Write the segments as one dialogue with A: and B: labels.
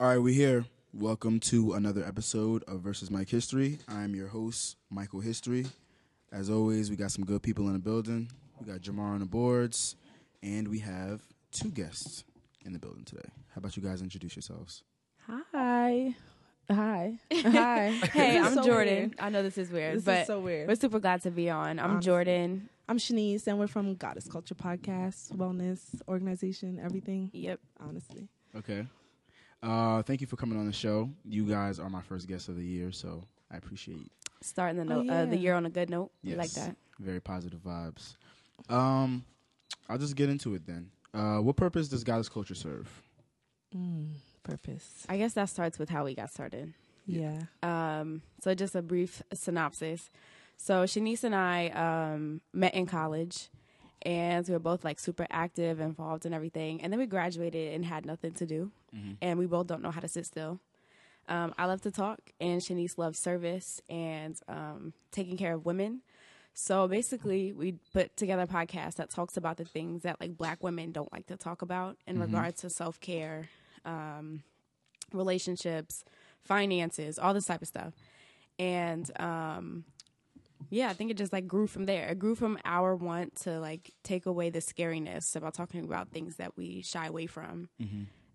A: All right, we here. Welcome to another episode of Versus Mike History. I'm your host, Michael History. As always, we got some good people in the building. We got Jamar on the boards, and we have two guests in the building today. How about you guys introduce yourselves?
B: Hi. Hi. Hi.
C: Hey,
B: This is
C: I'm
B: so
C: Jordan.
B: weird.
C: I know this is weird,
B: This
C: but
B: is so weird.
C: we're super glad to be on. I'm
B: Honestly.
C: Jordan.
B: I'm Shanice, and we're from Goddess Culture Podcast, Wellness Organization, everything,
C: Yep.
B: honestly.
A: Okay. Uh, thank you for coming on the show. You guys are my first guest of the year, so I appreciate
C: Starting the
B: Oh,
C: note, uh, the
B: yeah.
C: year on a good note. We
A: Yes.
C: like that.
A: very positive vibes. Um, I'll just get into it then. Uh, what purpose does Goddess Culture serve?
B: Mm, purpose.
C: I guess that starts with how we got started.
B: Yeah.
C: Um, so just a brief synopsis. So Shanice and I um, met in college, and we were both like super active, involved in everything. And then we graduated and had nothing to do, and we both don't know how to sit still. Um, I love to talk, and Shanice loves service and um, taking care of women. So basically, we put together a podcast that talks about the things that like Black women don't like to talk about in regards to self care, um, relationships, finances, all this type of stuff. And um, yeah, I think it just like grew from there. It grew from our want to like take away the scariness about talking about things that we shy away from.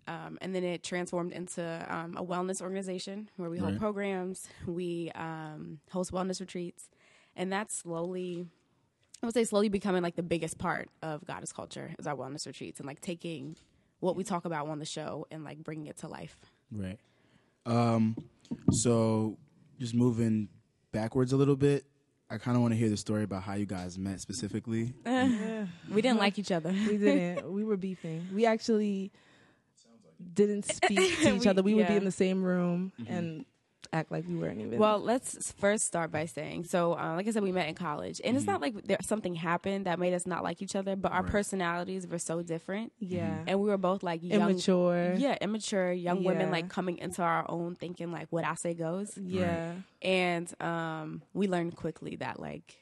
C: Um, and then it transformed into um, a wellness organization where we hold
A: Right.
C: programs, we um, host wellness retreats, and that's slowly, I would say, slowly becoming like the biggest part of Goddess culture is our wellness retreats and like taking what we talk about on the show and like bringing it to life.
A: Right. Um, so just moving backwards a little bit, I kind of want to hear the story about how you guys met specifically.
C: We didn't like each other.
B: we didn't. We were beefing. We actually didn't speak to each
C: We-
B: other. We would be
C: yeah.
B: in the same room and act like we weren't even.
C: Well, let's first start by saying so, uh, like I said, we met in college, and it's not like there, something happened that made us not like each other, but our
A: Right.
C: personalities were so different,
B: yeah.
C: and we were both like young,
B: Immature.
C: yeah, immature young women,
B: Yeah.
C: like coming into our own thinking, like what I say goes,
B: Yeah.
C: and um, we learned quickly that like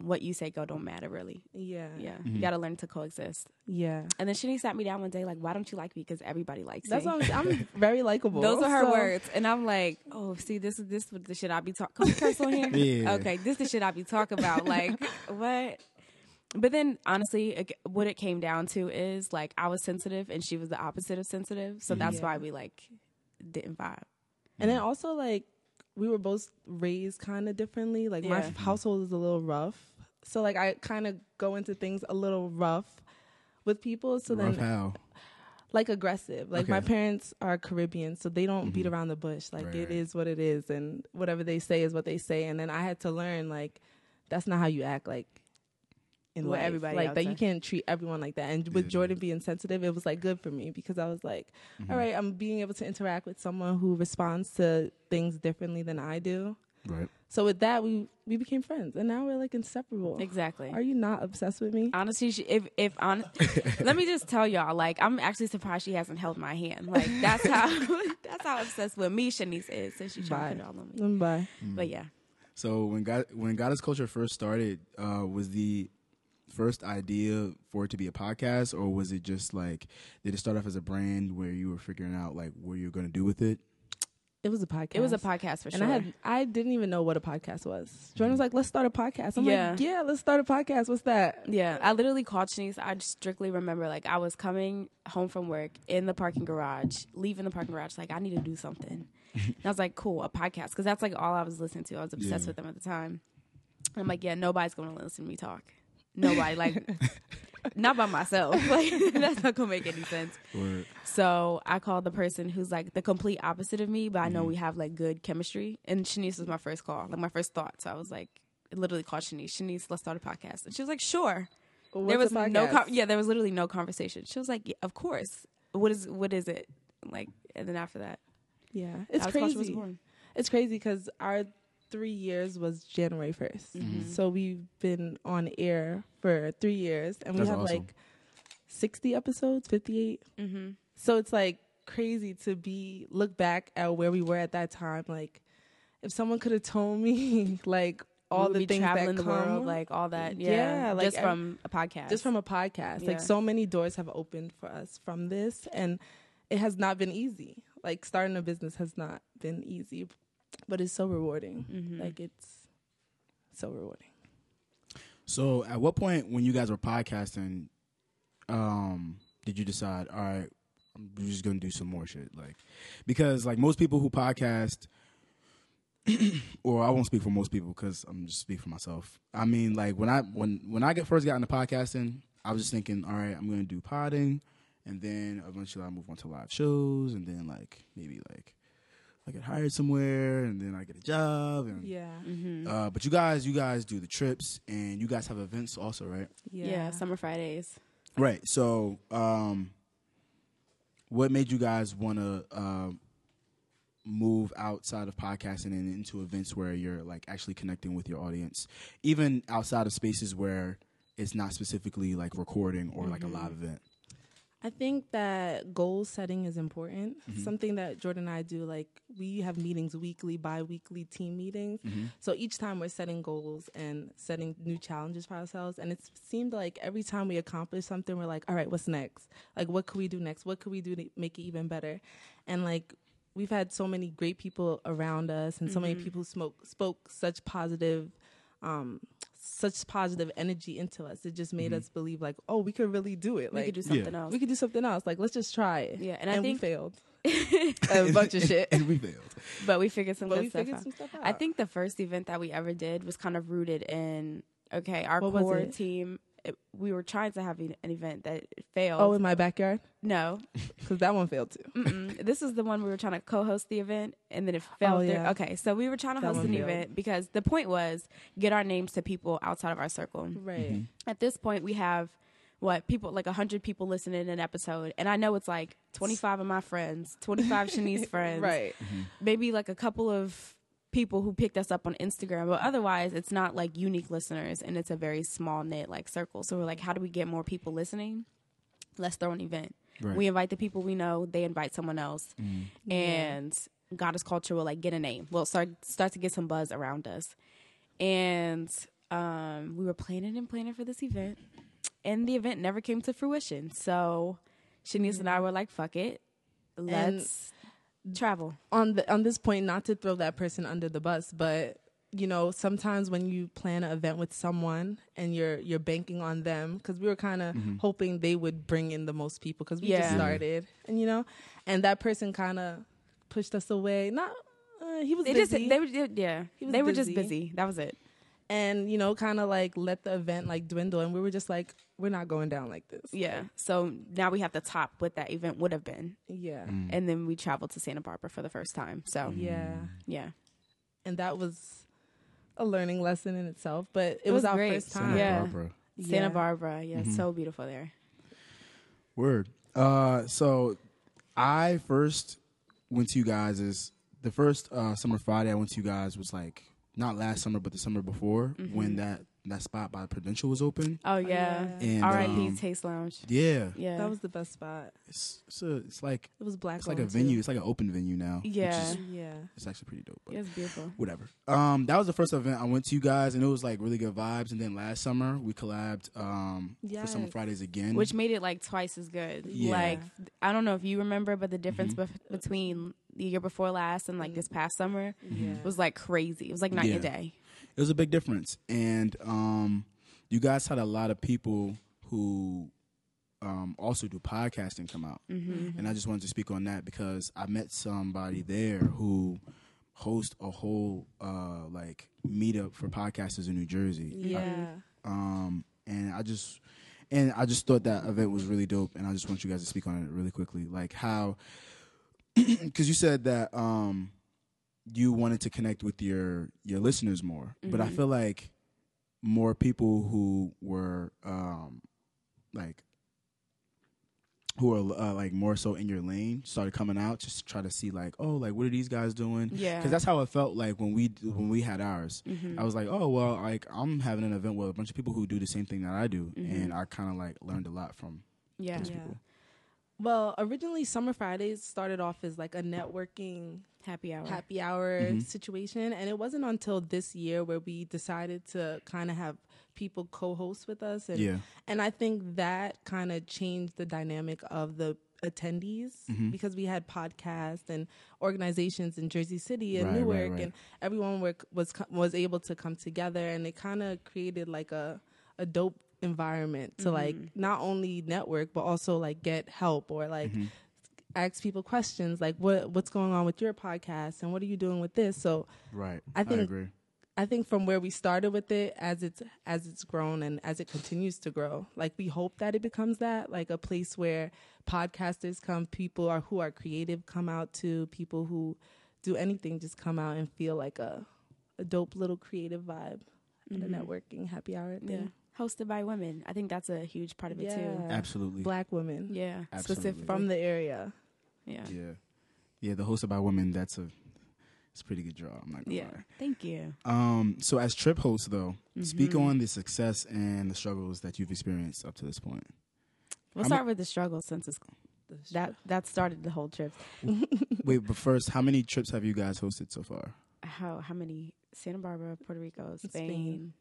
C: what you say go don't matter really.
B: Yeah.
C: Yeah,
A: Mhm.
C: you got to learn to coexist.
B: Yeah.
C: And then Shani sat me down one day, like, why don't you like me? Because everybody likes
B: That's
C: me.
B: what I'm, I'm very likable.
C: Those are her
B: so-
C: words, and I'm like, oh, see, this is this is the shit I be talking. Can we curse on here?
A: Yeah.
C: Okay, this the shit I be talking about. Like what? But then, honestly, ag- what it came down to is like I was sensitive, and she was the opposite of sensitive, so that's
B: Yeah.
C: why we like didn't vibe.
B: And then also like we were both raised kind of differently. Like my
C: Yeah.
B: f- household is a little rough, so like I kind of go into things a little rough with people. So
A: Rough
B: then
A: how?
B: like aggressive. Like my
A: Okay.
B: parents are Caribbean, so they don't beat around the bush. Like
A: Right,
B: it
A: right.
B: is what it is, and whatever they say is what they say. And then I had to learn like that's not how you act. Like. In
C: Well,
B: life.
C: everybody
B: like
C: else
B: that, you
C: does.
B: can't treat everyone like that. And with
A: Yeah.
B: Jordan being sensitive, it was like good for me because I was like,
A: Mm-hmm.
B: all right, I'm being able to interact with someone who responds to things differently than I do.
A: Right.
B: So with that, we we became friends, and now we're like inseparable.
C: Exactly.
B: Are you not obsessed with me?
C: Honestly, she, if if on, let me just tell y'all, like I'm actually surprised she hasn't held my hand. Like that's how that's how obsessed with me Shanice is since she tried
B: Bye.
C: it all on me.
B: Mm, Bye.
C: But yeah,
A: So when God, when Goddess Culture first started, uh, was the first idea for it to be a podcast, or was it just like did it start off as a brand where you were figuring out like what you're gonna do with it?
B: It was a podcast.
C: it was a podcast for
B: and
C: sure. Mm.
B: I had I didn't even know what a podcast was. Jordan was like, "Let's start a podcast." I'm
C: Yeah.
B: like, "Yeah, let's start a podcast. What's that?"
C: Yeah, I literally called Shanice. I strictly remember like I was coming home from work in the parking garage, leaving the parking garage. Like I need to do something. and I was like, cool, a podcast, because that's like all I was listening to. I was obsessed
A: Yeah.
C: with them at the time. And I'm like, yeah, nobody's gonna listen to me talk. Nobody, like, not by myself. Like that's not gonna make any sense.
A: Or
C: So I called the person who's like the complete opposite of me, but I know we have like good chemistry. And Shanice was my first call, like my first thought. So I was like, literally called Shanice. Shanice, let's start a podcast. And she was like, sure
B: What's
C: there was
B: a podcast?
C: no con- yeah there was literally no conversation she was like yeah, of course what is what is it like and then after that
B: yeah. It's
C: that was how she was
B: crazy.
C: born.
B: It's crazy because our three years was January 1st
C: Mm-hmm.
B: so we've been on air for three years, and
A: That's
B: we have
A: awesome.
B: like sixty episodes, fifty-eight.
C: hmm
B: So it's like crazy to be look back at where we were at that time. Like, if someone could have told me like all the things that
C: traveling
B: come,
C: the world like all that yeah,
B: Yeah, like,
C: just
B: every-
C: from a podcast
B: just from a podcast,
C: Yeah.
B: like so many doors have opened for us from this, and it has not been easy. Like starting a business has not been easy, but it's so rewarding.
C: Mhm.
B: Like it's so rewarding.
A: So, at what point when you guys were podcasting, um, did you decide, all right, I'm just gonna do some more shit? Like, because like most people who podcast, or I won't speak for most people because I'm just speak for myself. I mean, like when I when when I get first got into podcasting, I was just thinking, all right, I'm gonna do podding, and then eventually I move on to live shows, and then like maybe like I get hired somewhere, and then I get a job, and
B: Yeah. mm-hmm.
C: hmm
A: uh, but you guys, you guys do the trips, and you guys have events also, right?
C: yeah. summer Fridays.
A: Right. So, um, what made you guys want to um, move outside of podcasting and into events where you're like actually connecting with your audience, even outside of spaces where it's not specifically like recording or like a live event?
B: I think that goal setting is important.
A: Mhm.
B: Something that Jordan and I do, like we have meetings weekly, bi weekly team meetings.
A: Mhm.
B: So each time we're setting goals and setting new challenges for ourselves. And it seemed like every time we accomplish something, we're like, all right, what's next? Like, what could we do next? What could we do to make it even better? And like, we've had so many great people around us and so
C: Mm-hmm.
B: many people smoke, spoke such positive, um, such positive energy into us. It just made us believe like, oh, we could really do it.
C: Mm-hmm. We
B: like
C: could do something else.
B: we could do something else. Like, let's just try it.
C: yeah, and
B: And,
C: I think,
B: we failed a bunch of shit.
A: and we failed.
C: but we figured some
B: But
C: good
B: we
C: stuff
B: figured
C: out.
B: some stuff out.
C: I think the first event that we ever did was kind of rooted in okay, our
B: What was
C: core
B: it?
C: team. It, we were trying to have an an event that failed.
B: Oh, in my backyard?
C: no,
B: Because that one failed too.
C: Mm-mm. this is the one we were trying to co-host the event, and then it failed.
B: Oh,
C: through-
B: yeah.
C: Okay, so we were trying to
B: That
C: host
B: one
C: an
B: failed.
C: event because the point was get our names to people outside of our circle.
B: Right.
C: At this point, we have what people like hundred people listening an episode, and I know it's like twenty five of my friends, twenty five Shanice's friends,
B: Right.
C: maybe like a couple of people who picked us up on Instagram, but otherwise it's not like unique listeners and it's a very small knit like circle. So we're like, how do we get more people listening? Let's throw an event.
A: Right.
C: We invite the people we know, they invite someone else.
A: Mhm.
C: And Goddess Culture will like get a name. We'll start start to get some buzz around us. And um, we were planning and planning for this event. And the event never came to fruition. So Shanice and I were like, fuck it. Let's travel.
B: On the on this point, not to throw that person under the bus, but you know, sometimes when you plan an event with someone and you're you're banking on them, because we were kind of hoping they would bring in the most people, because we just
C: Yeah.
B: started, and you know, and that person kind of pushed us away. Not uh, he was
C: They just
B: busy.
C: they were ju- yeah
B: was
C: they were just
B: busy.
C: busy. That was it.
B: and you know kind of like let the event like dwindle and we were just like we're not going down like this
C: Yeah. So now we have to top what that event would have been,
B: yeah
C: Mm. and then we traveled to Santa Barbara for the first time. So
B: yeah
C: yeah,
B: and that was a learning lesson in itself but it,
C: It
B: was,
C: was
B: our
C: great.
B: first
A: Santa
B: time
C: Yeah.
A: Barbara.
B: Yeah.
C: Santa Barbara. Yeah,
A: Mm-hmm.
C: so beautiful there.
A: Word. Uh, so I first went to you guys is the first uh, summer Friday I went to you guys was like not last summer but the summer before
C: Mm-hmm.
A: when that that spot by Prudential was open.
C: Oh
B: yeah.
C: yeah.
A: And
C: R.I.P.
A: um,
C: Taste Lounge.
A: yeah,
C: Yeah.
B: that was the best spot
A: it's it's, a, it's like
B: it was black
A: it's like a
B: owned, too.
A: venue. It's like an open venue now. which
C: Yeah.
A: is,
B: yeah
A: it's actually pretty dope. But
C: it was beautiful.
A: whatever. Um, that was the first event I went to you guys and it was like really good vibes. And then last summer we collabed um for summer
B: Yes.
A: Fridays again,
C: Which made it like twice as good.
A: Yeah. Mm-hmm.
C: Like I don't know if you remember, but the difference bef- between the year before last and like
B: Mm.
C: this past summer
B: yeah
C: was like crazy. Mm-hmm. It was like night and
A: Yeah.
C: day.
A: it was a big difference and um, you guys had a lot of people who um, also do podcasting come out
C: Mm-hmm.
B: Mm-hmm. Mm.
A: and i just wanted to speak on that because i met somebody there who hosts a whole uh, like meetup for podcasters in new jersey
B: yeah
A: um, and I just and I just thought that event was really dope, and I just want you guys to speak on it really quickly, like how because you said that um, you wanted to connect with your your listeners more, but I feel like more people who were um, like who are uh, like more so in your lane started coming out just to try to see like oh like what are these guys doing
C: Yeah.
A: because that's how it felt like when we when we had ours. I was like, oh well, like I'm having an event with a bunch of people who do the same thing that I do, and I kind of like learned a lot from
C: Yeah.
A: those
B: Yeah.
A: people.
B: well originally summer fridays started off as like a networking
C: Happy hour.
B: happy hour
A: Mm-hmm.
B: situation. And it wasn't until this year where we decided to kind of have people co-host with us. And,
A: Yeah.
B: and I think that kind of changed the dynamic of the attendees
A: Mhm.
B: because we had podcasts and organizations in Jersey City and
A: Right, right,
B: Newark,
A: right.
B: and everyone were, was co- was able to come together, and it kind of created like a a dope environment to like not only network but also like get help or like
A: Mm-hmm.
B: ask people questions like what what's going on with your podcast and what are you doing with this so
A: Right.
B: I think-
A: agree.
B: I think from where we started with it, as it's as it's grown and as it continues to grow, like we hope that it becomes that, like a place where podcasters come, people are who are creative come out to, people who do anything just come out and feel like a, a dope little creative vibe at a networking happy hour
C: Mm-hmm. Yeah.
B: thing.
C: Hosted by women. I think that's a huge part of it too.
A: Absolutely.
B: Black women
C: Yeah.
A: Absolutely.
C: Specific
B: from the area.
C: yeah. yeah.
A: Yeah. Yeah, the hosted by women, that's a it's a pretty good draw. I'm not gonna lie.
C: Thank you.
A: Um, so as trip host though, speak on the success and the struggles that you've experienced up to this point.
C: We'll
A: I'm-
C: start with the struggle since it's that that started the whole trip.
A: Wait, but first, how many trips have you guys hosted so far?
C: How how many? Santa Barbara, Puerto Rico, Spain.
B: Spain.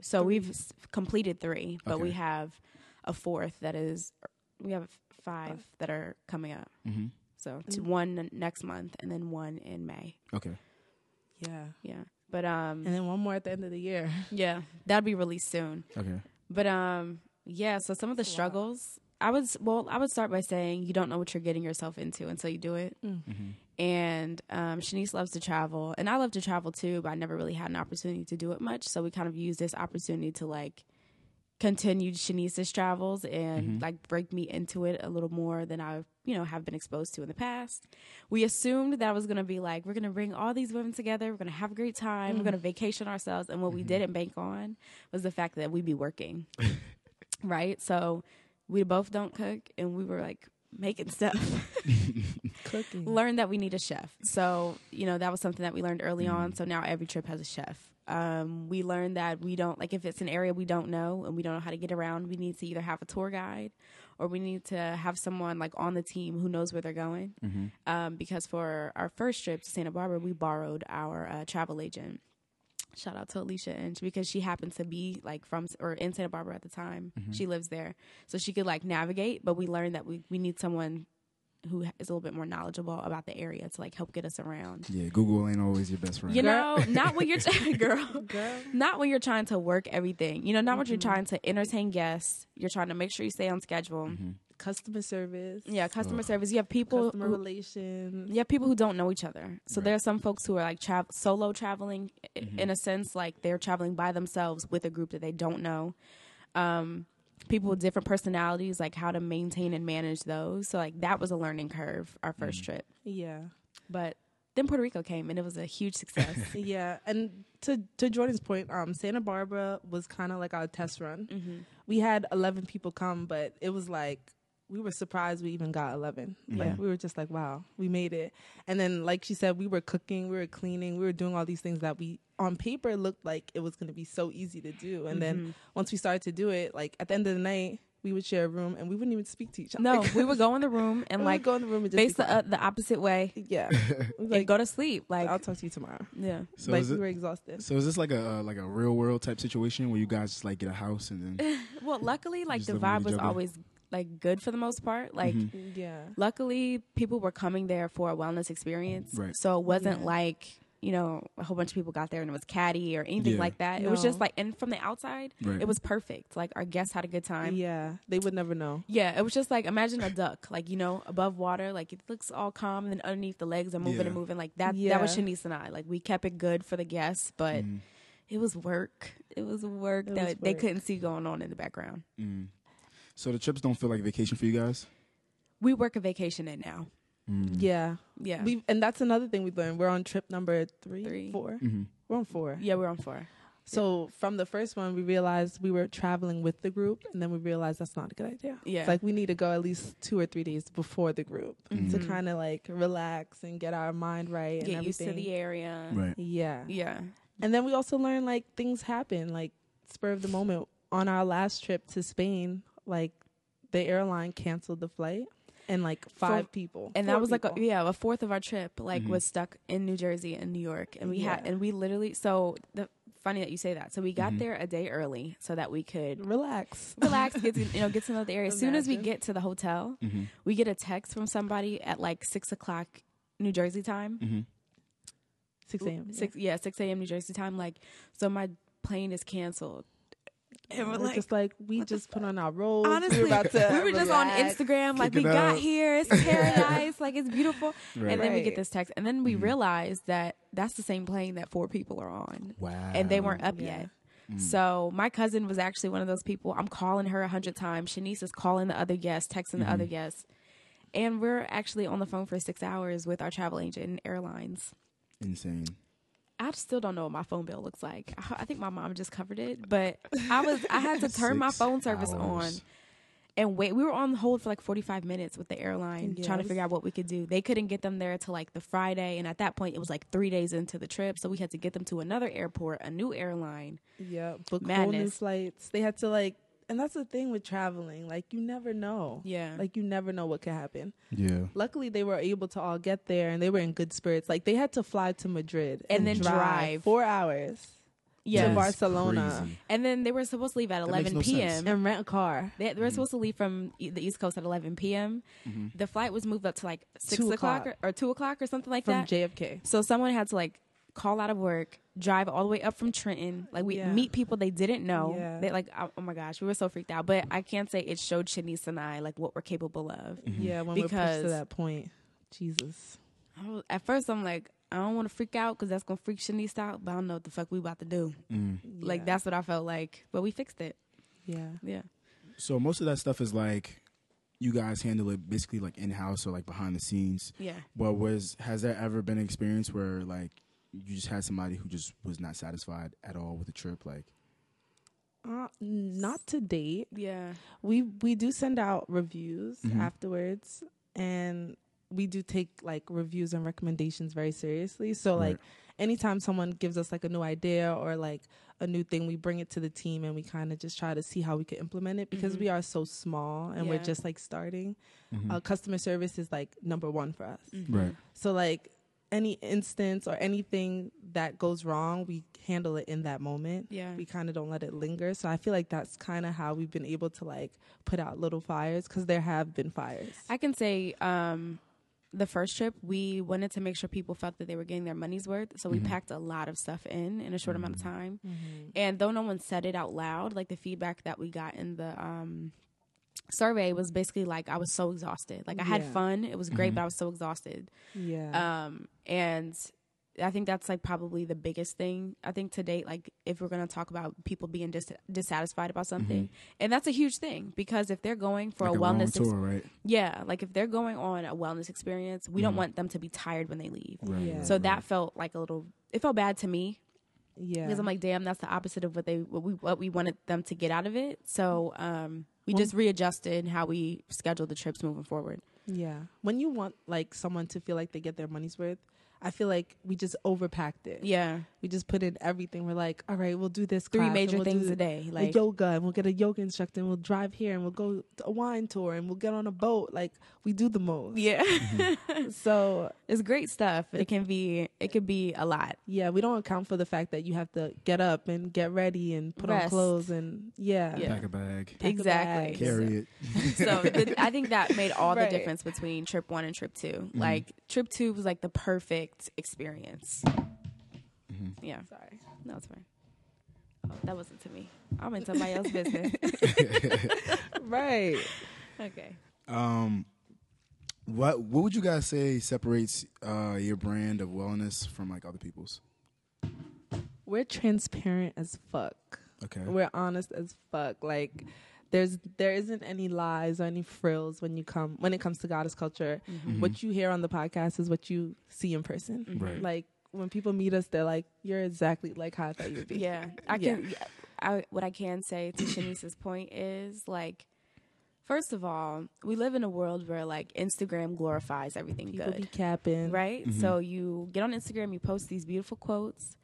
C: So we we've s- completed three, but we
A: Okay.
C: have a fourth that is. We have five Mm. that are coming up.
A: Mm-hmm.
C: So to one n- next month, and then one in May.
A: Okay.
B: Yeah.
C: Yeah, but um,
B: And then one more at the end of the year.
C: yeah, that'd be released soon.
A: Okay.
C: But um, yeah. So some of the
B: That's a lot.
C: struggles, I would s- well, I would start by saying you don't know what you're getting yourself into until you do it.
A: Mm-hmm.
C: And um, Shanice loves to travel, and I love to travel too, but I never really had an opportunity to do it much. So we kind of used this opportunity to like continue Shanice's travels and like break me into it a little more than I, you know, have been exposed to in the past. We assumed that I was gonna be like, we're gonna bring all these women together, we're gonna have a great time, we're gonna vacation ourselves, and what we didn't bank on was the fact that we'd be working, right? So we both don't cook, and we were like making stuff
B: Cooking.
C: learned that we need a chef. So, you know, that was something that we learned early on. So now every trip has a chef. Um, we learned that we don't, like, if it's an area we don't know and we don't know how to get around, we need to either have a tour guide or we need to have someone, like, on the team who knows where they're going. Um, because for our first trip to Santa Barbara, we borrowed our uh, travel agent. Shout out to Alicia Inch because she happened to be like from or in Santa Barbara at the time. She lives there. So she could like navigate, but we learned that we, we need someone who is a little bit more knowledgeable about the area to like help get us around.
A: Yeah, Google ain't always your best friend.
C: You know,
B: Girl.
C: not when you're girl,
B: Girl.
C: not when you're trying to work everything. You know, not when
B: Mm-hmm.
C: you're trying to entertain guests. You're trying to make sure you stay on schedule.
A: Mm-hmm.
B: Customer service.
C: Yeah, customer service. You have people
B: Customer
C: who-
B: relations.
C: you have people who don't know each other. So
A: Right.
C: there are some folks who are like travel solo traveling i
B: Mm-hmm.
C: in a sense, like they're traveling by themselves with a group that they don't know. Um, people with different personalities, like how to maintain and manage those. So like that was a learning curve.
B: Mm-hmm.
C: Our 1st trip,
B: Yeah.
C: but then Puerto Rico came and it was a huge success.
B: yeah and to to jordan's point um santa barbara was kind of like our test run
C: Mm-hmm.
B: we had 11 people come but it was like we were surprised we even got 11 like we were just like wow we made it and then like she said we were cooking we were cleaning we were doing all these things that we on paper looked like it was going to be so easy to do and
C: Mm-hmm.
B: then once we started to do it like at the end of the night we would share a room and we wouldn't even speak to each other
C: Mm-hmm. no, we would go in the room and
B: and
C: like
B: like go in the room and Oh just
C: face
B: be
C: the uh, the opposite way
B: quiet. yeah We was
C: and
B: like
C: go to sleep. Like
B: i'll talk to you tomorrow
C: yeah,
A: So
B: like
A: is
B: we
A: it,
B: were exhausted
A: so is this like a uh, like a real world type situation where you guys just like get a house and then
C: well, luckily, like
A: Just
C: the
A: living with
C: vibe
A: each
C: was
A: other.
C: always like good for the most part. Like.
B: yeah
C: luckily people were coming there for a wellness experience
A: Right.
C: so it wasn't like you know a whole bunch of people got there and it was catty or anything
A: Yeah.
C: like that it was just
B: No.
C: like and from the outside
A: Right.
C: it was perfect like our guests had a good time yeah.
B: Yeah, they would never know.
C: it was just like imagine a duck, like you know, above water, like it looks all calm, and then underneath the legs are moving
A: Yeah.
C: and moving. Like that, that was
B: Yeah.
C: Shanice and I. Like we kept it good for the guests,
A: Mm.
C: but
A: Mm-hmm.
C: it was work. It was work
B: It
C: that
B: was
C: they
B: work.
C: couldn't see going on in the background.
A: Mm-hmm. so the trips don't feel like vacation for you guys?
C: We work a vacation in now.
A: Mm.
B: Yeah,
C: Mm. Yeah,
B: we and that's another thing we've learned. We're on trip number 3
C: Three.
B: 4
A: Mm-hmm.
B: We're on four.
C: yeah, we're on four.
B: So from the first one, we realized we were traveling with the group, and then we realized that's not a good idea.
C: Yeah.
B: it's like we need to go at least two or three days before the group to kind of like relax and get our mind right and
C: Mm-hmm. Get used
B: everything.
C: to the area.
A: Right.
B: yeah,
C: Yeah.
B: and then we also learned like things happen, like spur of the moment. On our last trip to Spain, like the airline canceled the flight, and like five people,
C: and
B: four
C: that was like a,
B: people.
C: yeah a
B: Mm-hmm.
C: fourth of our trip like was stuck in new jersey and new york and we had
B: Yeah.
C: and we literally so the funny that you say that. So we
B: Mm-hmm.
C: got there a day early so that we could
B: Relax.
C: relax, get to you know, get to know the area. As soon as we
B: Imagine.
C: get to the hotel,
A: Mm-hmm.
C: we get a text from somebody at like six o'clock New Jersey time.
B: Mm-hmm.
A: Mm-hmm.
B: Six a.m.
C: Six yeah, six AM New Jersey time, like, so my plane is canceled. And
B: We're
C: we're like
B: just like we just put on our roles.
C: Honestly,
B: we were, about to
C: we were just on
B: relax.
C: Instagram, like
A: Kick
C: we
A: it
C: got
A: up.
C: here, it's paradise, like it's beautiful.
A: Right.
C: And then we
B: Right.
C: get this text, and then we
A: Mm-hmm.
C: realize that that's the same plane that four people are on,
A: Wow.
C: and they
A: Oh,
C: weren't up
B: Yeah.
C: yet.
A: Mm.
C: So my cousin was actually one of those people. I'm calling her a hundred times. Shanice is calling the other guests, texting the
A: Mm-hmm.
C: other guests, and we're actually on the phone for six hours with our travel agent and airlines.
A: insane.
C: I still don't know what my phone bill looks like. I, I think my mom just covered it, but I was I had to turn my
A: Six
C: phone service on
A: hours.
C: and wait. We were on hold for like 45 minutes with the airline trying to
B: Yes.
C: figure out what we could do. They couldn't get them there till like the Friday, and at that point it was like 3 days into the trip, so we had to get them to another airport, a new airline.
B: Yeah, book whole new
C: Madness.
B: flights. They had to like, and that's the thing with traveling. Like you never know.
C: Yeah.
B: Like you never know what could happen.
A: Yeah.
B: Luckily, they were able to all get there, and they were in good spirits. Like they had to fly to Madrid
C: And then drive.
B: four hours
C: Yeah.
B: to Barcelona
A: Crazy.
C: And then they were supposed to leave at
A: makes
C: 11
A: no sense. Mm-hmm.
C: p.m.
B: and rent a car.
C: They, they were supposed to leave from e- the East Coast at 11 p.m. The flight was moved up to like 6
B: Two
C: o'clock,
B: o'clock.
C: Or, or 2 o'clock or something like
B: From
C: that.
B: JFK,
C: So someone had to like call out of work, drive all the way up from Trenton. Like we
B: Yeah.
C: meet people they didn't know.
B: Yeah.
C: They like oh, oh my gosh, we were so freaked out. But I can't say it showed Shanice and I like what we're capable of.
B: yeah. When we pushed to
C: Because-
B: that point, Jesus,
C: I was- at first, I'm like. I don't want to freak out because that's gonna freak Shanice out, but I don't know what the fuck we about to do.
A: Mm.
C: Like
B: Yeah.
C: that's what I felt like, but we fixed it.
B: Yeah,
C: Yeah,
A: So most of that stuff is like you guys handle it basically like in house or like behind the scenes.
C: yeah.
A: But was has there ever been an experience where like you just had somebody who just was not satisfied at all with the trip? Like
B: uh, not to date.
C: Yeah.
B: we we do send out reviews afterwards and we do take like reviews and recommendations very seriously so like
A: Right.
B: anytime someone gives us like a new idea or like a new thing we bring it to the team and we kind of just try to see how we could implement it because we are so small and we're
C: Yeah.
B: just like starting
A: Mm-hmm.
B: uh, customer service is like number one for us
C: Mm-hmm.
A: right.
B: so like any instance or anything that goes wrong, we handle it in that moment.
C: Yeah.
B: We kind of don't let it linger. So I feel like that's kind of how we've been able to like put out little fires because there have been fires.
C: I can say um, the first trip, we wanted to make sure people felt that they were getting their money's worth. So we packed a lot of stuff in in a short amount of time.
B: Mm-hmm.
C: And though no one said it out loud, like the feedback that we got in the um, survey was basically like, I was so exhausted. Like I had
B: Yeah.
C: fun, it was great, but I was so exhausted.
B: Yeah.
C: Um, and I think that's like probably the biggest thing. I think to date, like if we're gonna talk about people being dis- dissatisfied about something, and that's a huge thing because if they're going for
A: like
C: a wellness experience.
A: tour, right?
C: Yeah, like if they're going on a wellness experience, we
B: Mm-hmm.
C: don't want them to be tired when they leave.
A: Right,
B: Yeah.
A: right,
C: So
A: right.
C: that felt like a little. It felt bad to me
B: yeah.
C: because I'm like, damn, that's the opposite of what they what we what we wanted them to get out of it. So
B: Mm-hmm.
C: um, we just readjusted how we scheduled the trips moving forward.
B: yeah. When you want like someone to feel like they get their money's worth, I feel like we just overpacked it.
C: Yeah,
B: We just put in everything. We're like, all right, we'll do this.
C: three
B: class, and
C: major
B: we'll do
C: things a
B: th-
C: day.
B: like
C: Like
B: yoga and we'll get a yoga instructor and we'll drive here and we'll go to a wine tour and we'll get on a boat like we do the most
C: yeah,
B: so
C: it's great stuff. It can be it could be a lot.
B: Yeah, we don't account for the fact that you have to get up and get ready and put on
C: Rest.
B: clothes and yeah.
C: Yeah.
A: Pack a bag,
B: Pack a
C: Exactly.
B: bag.
A: carry it.
C: so the, I think that made all
B: Right. Mm-hmm.
C: the difference between trip one and trip 2 Like trip two was like the perfect experience. Yeah,
B: Sorry.
C: no, it's fine. Oh, that wasn't to me. I'm in somebody else's business.
B: Mm-hmm. Right.
C: Okay.
A: Um, what what would you guys say separates uh, your brand of wellness from like other people's?
B: We're transparent as fuck.
A: Okay,
B: We're honest as fuck. Like there's there isn't any lies or any frills when you come when it comes to goddess culture.
C: Mm-hmm.
A: Mm-hmm.
B: What you hear on the podcast is what you see in person.
A: Right.
C: Mm-hmm.
B: Like when people meet us, they're like, "You're exactly like how I thought you'd be."
C: Yeah, I
B: Yeah.
C: can. yeah, I what I can say to Shanice's point is like. First of all, we live in a world where like Instagram glorifies everything
B: People
C: good.
B: be capping.
C: right? So you get on Instagram, you post these beautiful quotes,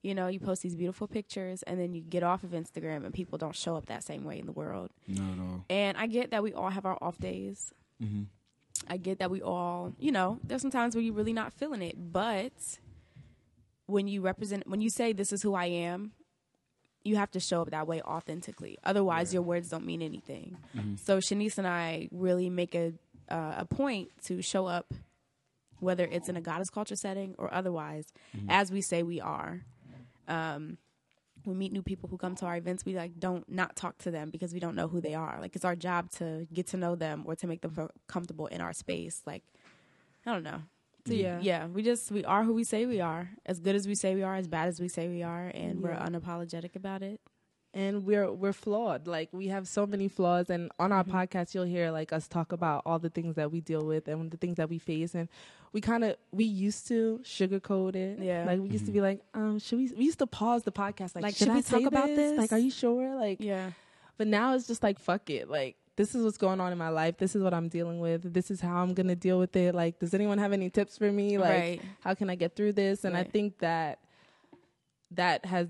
C: you know, you post these beautiful pictures, and then you get off of Instagram and people don't show up that same way in the world.
A: not at all. Mm-hmm.
C: And I get that we all have our off days. I get that we all, you know, there's some times where you're really not feeling it, but when you represent, when you say, this is who I am, you have to show up that way authentically. Otherwise, your words don't mean anything. So Shanice and I really make a uh, a point to show up, whether it's in a goddess culture setting or otherwise, as we say we are. Um, we meet new people who come to our events. We like don't not talk to them because we don't know who they are. Like it's our job to get to know them or to make them feel comfortable in our space. Like I don't know.
B: So, yeah.
C: Yeah, we just we are who we say we are, as good as we say we are, as bad as we say we are, and we're
B: Yeah.
C: unapologetic about it.
B: and we're we're flawed like we have so many flaws and on our
C: Mm-hmm.
B: podcast you'll hear like us talk about all the things that we deal with and the things that we face and we kind of we used to sugarcoat it
C: Yeah.
B: like we used to be like um should we we used to pause the podcast like,
C: Like,
B: should,
C: should
B: I
C: we talk
B: say
C: about this?
B: like are you sure like
C: Yeah,
B: but now it's just like fuck it like this is what's going on in my life this is what i'm dealing with this is how i'm gonna deal with it like does anyone have any tips for me like
C: right.
B: how can I get through this? And I
C: Right.
B: think that that has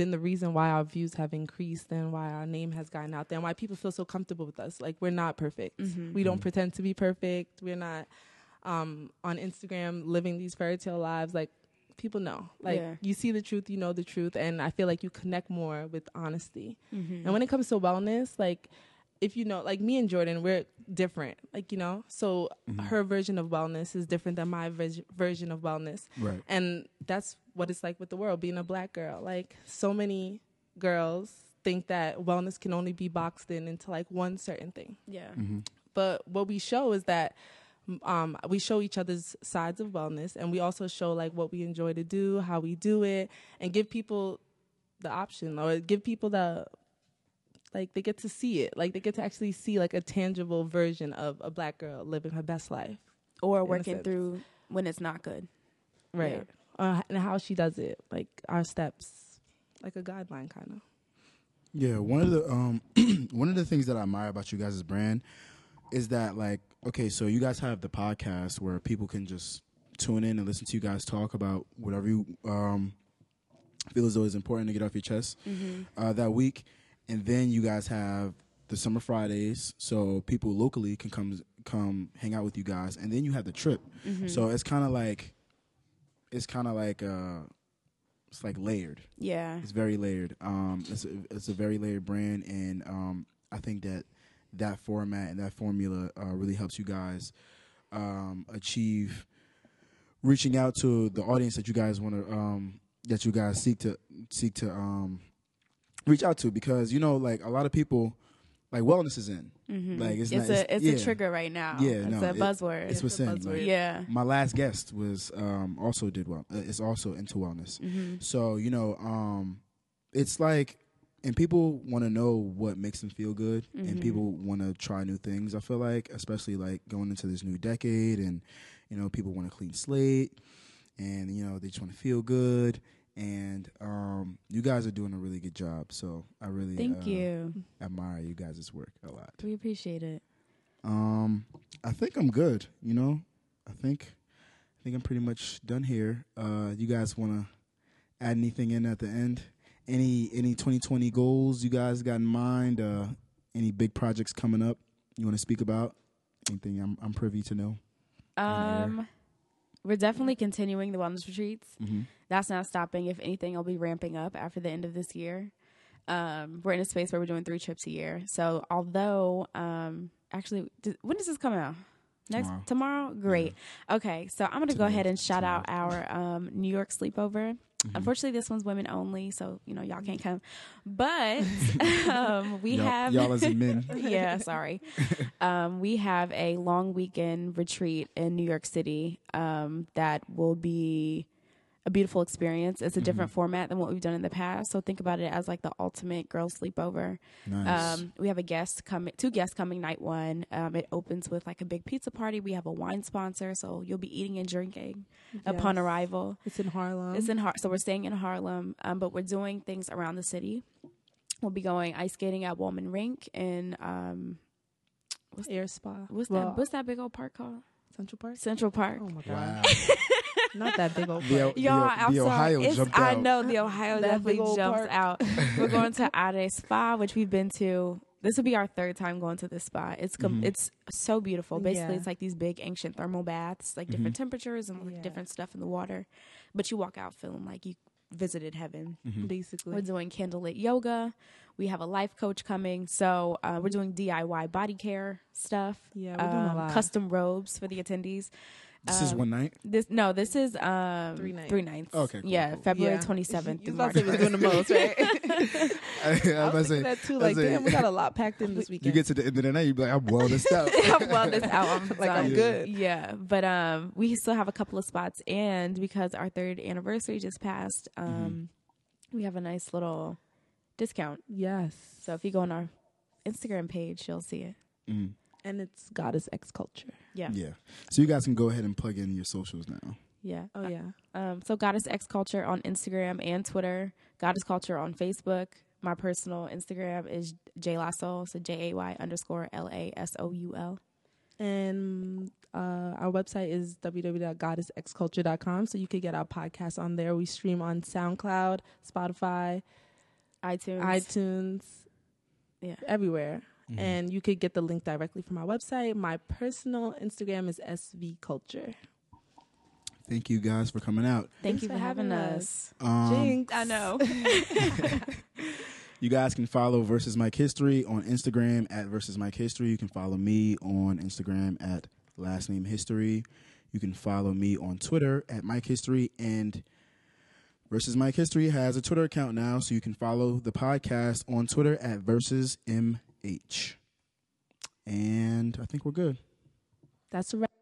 B: been the reason why our views have increased and why our name has gotten out there and why people feel so comfortable with us. Like we're not perfect.
C: Mhm.
B: We don't pretend to be perfect. We're not um, on Instagram living these fairy tale lives. Like people know. Like
C: Yeah.
B: you see the truth, you know the truth, and I feel like you connect more with honesty.
C: Mhm.
B: And when it comes to wellness, like if you know, like me and Jordan, we're different. Like you know, so
A: Mm-hmm.
B: her version of wellness is different than my vis- version of wellness,
A: Right.
B: and that's what it's like with the world. Being a black girl, like so many girls think that wellness can only be boxed in into like one certain thing.
C: Yeah,
A: Mm-hmm.
B: But what we show is that um, we show each other's sides of wellness, and we also show like what we enjoy to do, how we do it, and give people the option or give people the like they get to see it, like they get to actually see like a tangible version of a black girl living her best life,
C: or
B: a
C: working
B: sense.
C: through when it's not good.
B: right? Uh, and how she does it, like our steps, like a guideline kind of.
A: Yeah, one of the um one of the things that I admire about you guys' brand is that like okay, so you guys have the podcast where people can just tune in and listen to you guys talk about whatever you um feel as though is important to get off your chest uh, that week, and then you guys have the summer Fridays, so people locally can come come hang out with you guys, and then you have the trip. So it's kind of like it's kind of like uh it's like layered.
C: Yeah,
A: It's very layered. Um, it's a, it's a very layered brand, and um, I think that that format and that formula uh, really helps you guys um, achieve reaching out to the audience that you guys want to um, that you guys seek to seek to um, reach out to because you know like a lot of people like wellness is in like it's,
C: Mm-hmm. it's,
A: not,
C: a it's
A: yeah.
C: a trigger right now.
A: Yeah,
C: it's
A: no,
C: a
A: it-
C: buzzword.
A: It's what's
B: a
A: in.
B: buzzword.
A: Like,
C: yeah,
A: my last guest was um, also did well. Uh, is also into wellness.
C: Mm-hmm.
A: So you know, um, it's like, and people want to know what makes them feel good,
C: Mm-hmm.
A: and people want to try new things. I feel like, especially like going into this new decade, and you know, people want a clean slate, and you know, they just want to feel good. And um, you guys are doing a really good job. So I really
C: thank
A: uh,
C: you.
A: admire you guys' work a lot.
C: We appreciate it.
A: Um, I think I'm good. You know, I think I think I'm pretty much done here. Uh, you guys want to add anything in at the end? Any any 2020 goals you guys got in mind? Uh, any big projects coming up you want to speak about? Anything I'm I'm privy to know? on the
C: Um, we're definitely continuing the wellness retreats.
A: Mm-hmm.
C: That's not stopping. If anything, it'll be ramping up after the end of this year. Um, we're in a space where we're doing three trips a year. So although, um, actually, d when does this come out? Next
A: Tomorrow.
C: tomorrow. Great. Okay, so I'm gonna go
A: Today.
C: ahead and shout
A: Tomorrow. Mm-hmm.
C: out our um, New York sleepover. Unfortunately, this one's women only, so you know y'all can't come. But um, we
A: y'all,
C: have
A: y'all as a men.
C: yeah, sorry. Um, we have a long weekend retreat in New York City um, that will be a beautiful experience. It's a different format than what we've done in the past. So think about it as like the ultimate girl sleepover.
A: nice.
C: Um, we have a guest coming, two guests coming night one. Um, it opens with like a big pizza party. We have a wine sponsor, so you'll be eating and drinking upon
B: Yes.
C: arrival.
B: It's in Harlem.
C: It's in Har- so we're staying in Harlem, um, but we're doing things around the city. We'll be going ice skating at Woolman Rink and um,
B: Air Spa.
C: what's
B: Well,
C: that? What's that big old park called?
B: Central Park?
C: Central Park.
B: Oh my god.
A: wow.
B: Not that big old
A: The-
B: park.
C: Y'all,
A: The- the
C: I'm sorry.
A: Ohio
C: It's-
A: jumped
C: I
A: out.
C: know the Ohio
B: That
C: definitely
B: big old
C: jumps
B: park.
C: out. We're going to Ade Spa, which we've been to. This will be our third time going to this spa. It's com-
A: Mhm.
C: it's so beautiful.
B: Mm-hmm.
C: Basically,
B: Yeah. Mm-hmm.
C: it's like these big ancient thermal baths, like different temperatures and like
B: Yeah.
C: different stuff in the water. But you walk out feeling like you visited heaven.
A: Mm-hmm.
C: We're
B: basically.
C: doing candlelit yoga. We have a life coach coming. So uh, we're doing DIY body care stuff. Um,
B: Yeah, we're doing a lot.
C: Custom robes for the attendees.
A: This is
C: Um,
A: one night.
C: This no, this is um,
B: Three nights.
C: Three nights.
A: Okay, cool,
C: yeah,
A: cool.
C: February
B: Yeah.
C: twenty seventh.
B: You was about to say we're doing the most, right?
A: I was
B: I
A: about to
B: was
A: say,
B: thinking that too.
A: I was
B: Like,
A: saying-
B: damn, we got a lot packed in this
A: you
B: weekend.
A: get to the end of the night, you'd be like, I'm well this out.
B: I'm well this out. I'm like, I'm
A: Yeah.
B: good.
C: Yeah, but um, we still have a couple of spots, and because our third anniversary just passed,
A: Mm-hmm.
C: um, we have a nice little discount.
B: Yes.
C: So if you go on our Instagram page, you'll see it.
A: Mm,
B: And it's Goddess X Culture.
C: Yeah,
A: yeah. So you guys can go ahead and plug in your socials now.
C: yeah.
B: Oh, yeah.
C: Um, so Goddess X Culture on Instagram and Twitter, Goddess Culture on Facebook. My personal Instagram is J Lasso, so J A Y underscore L A S O U L.
B: And uh, our website is www.goddessxculture.com. So you could get our podcast on there. We stream on SoundCloud, Spotify,
C: iTunes.
B: iTunes,
C: Yeah.
B: everywhere.
A: Mm-hmm.
B: And you could get the link directly from our website. My personal Instagram is SV Culture.
A: Thank you guys for coming out.
B: Thanks
C: Thank you for having us.
A: Um,
B: Jinx.
C: I know.
A: you guys can follow Versus Mike History on Instagram at Versus Mike History. You can follow me on Instagram at Last Name History. You can follow me on Twitter at Mike History. And Versus Mike History has a Twitter account now, so you can follow the podcast on Twitter at Versus MH. And I think we're good.
B: That's a wrap.